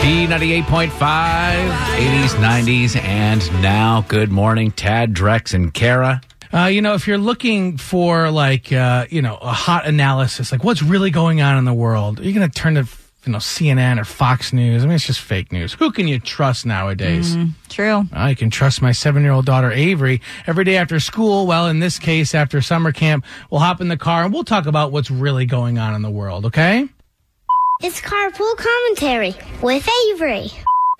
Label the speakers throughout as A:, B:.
A: B98.5, 80s, 90s, and now. Good morning, Tad, Drex, and Kara.
B: Uh, you know, if you're looking for like uh, you know a hot analysis, like what's really going on in the world, you're gonna turn to you know CNN or Fox News. I mean, it's just fake news. Who can you trust nowadays?
C: True.
B: I can trust my seven-year-old daughter Avery every day after school. Well, in this case, after summer camp, we'll hop in the car and we'll talk about what's really going on in the world. Okay?
D: It's carpool commentary with Avery.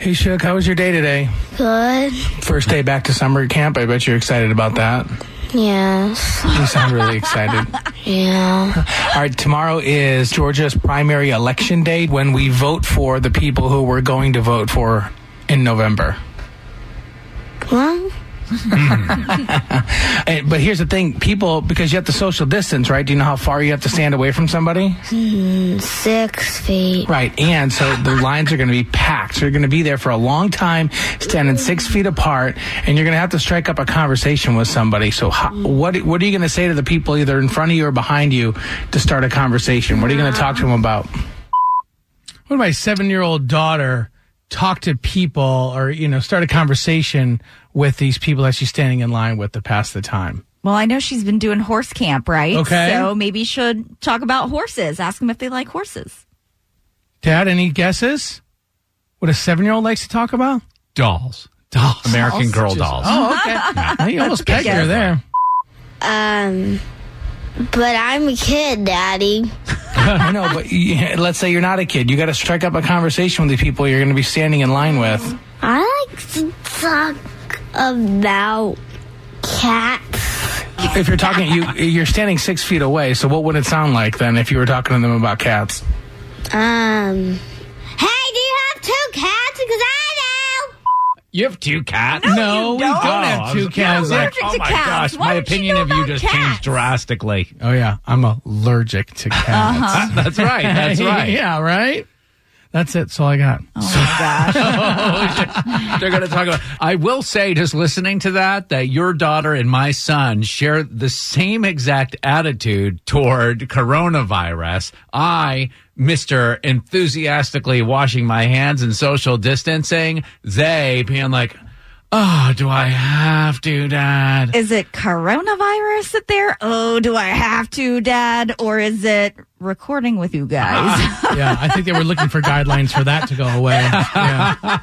B: Hey, Shook, how was your day today?
D: Good.
B: First day back to summer camp. I bet you're excited about that.
D: Yes.
B: You sound really excited.
D: Yeah.
B: All right, tomorrow is Georgia's primary election day when we vote for the people who we're going to vote for in November.
D: Well,
B: And, Eh, but here's the thing people, because you have to social distance, right? Do you know how far you have to stand away from somebody?
D: six feet.
B: Right. And so the lines are going to be packed. So you're going to be there for a long time, standing six feet apart, and you're going to have to strike up a conversation with somebody. So, how, what, what are you going to say to the people either in front of you or behind you to start a conversation? What are you going to talk to them about? What did my seven year old daughter talk to people or, you know, start a conversation with these people that she's standing in line with to pass the time?
C: Well, I know she's been doing horse camp, right?
B: Okay.
C: So maybe you should talk about horses. Ask them if they like horses.
B: Dad, any guesses? What a seven year old likes to talk about?
A: Dolls. Dolls. American Girl dolls.
B: Oh, okay. you almost pegged her there.
D: Um, but I'm a kid, Daddy.
B: I know, but you, let's say you're not a kid. You got to strike up a conversation with the people you're going to be standing in line with.
D: I like to talk about cats.
B: If you're talking, you you're standing six feet away. So what would it sound like then if you were talking to them about cats?
D: Um, hey, do you have two cats? Because I know.
A: You have two cats? Oh,
B: No, we don't have two
A: I was
B: cats.
A: like,
C: Allergic
A: oh
C: to
A: my
C: cats.
A: gosh,
C: Why
A: my
C: would you
A: opinion
C: know
A: of you
C: about
A: just
C: cats?
A: changed drastically.
B: Oh yeah, I'm allergic to cats.
A: That's right. That's right.
B: yeah, right. That's it. That's all I got.
A: They're going to talk about. I will say, just listening to that, that your daughter and my son share the same exact attitude toward coronavirus. I, Mister, enthusiastically washing my hands and social distancing. They being like, "Oh, do I have to, Dad?"
C: Is it coronavirus that they're, oh, do I have to, Dad? Or is it recording with you guys?
B: Yeah, I think they were looking for guidelines for that to go away. Yeah.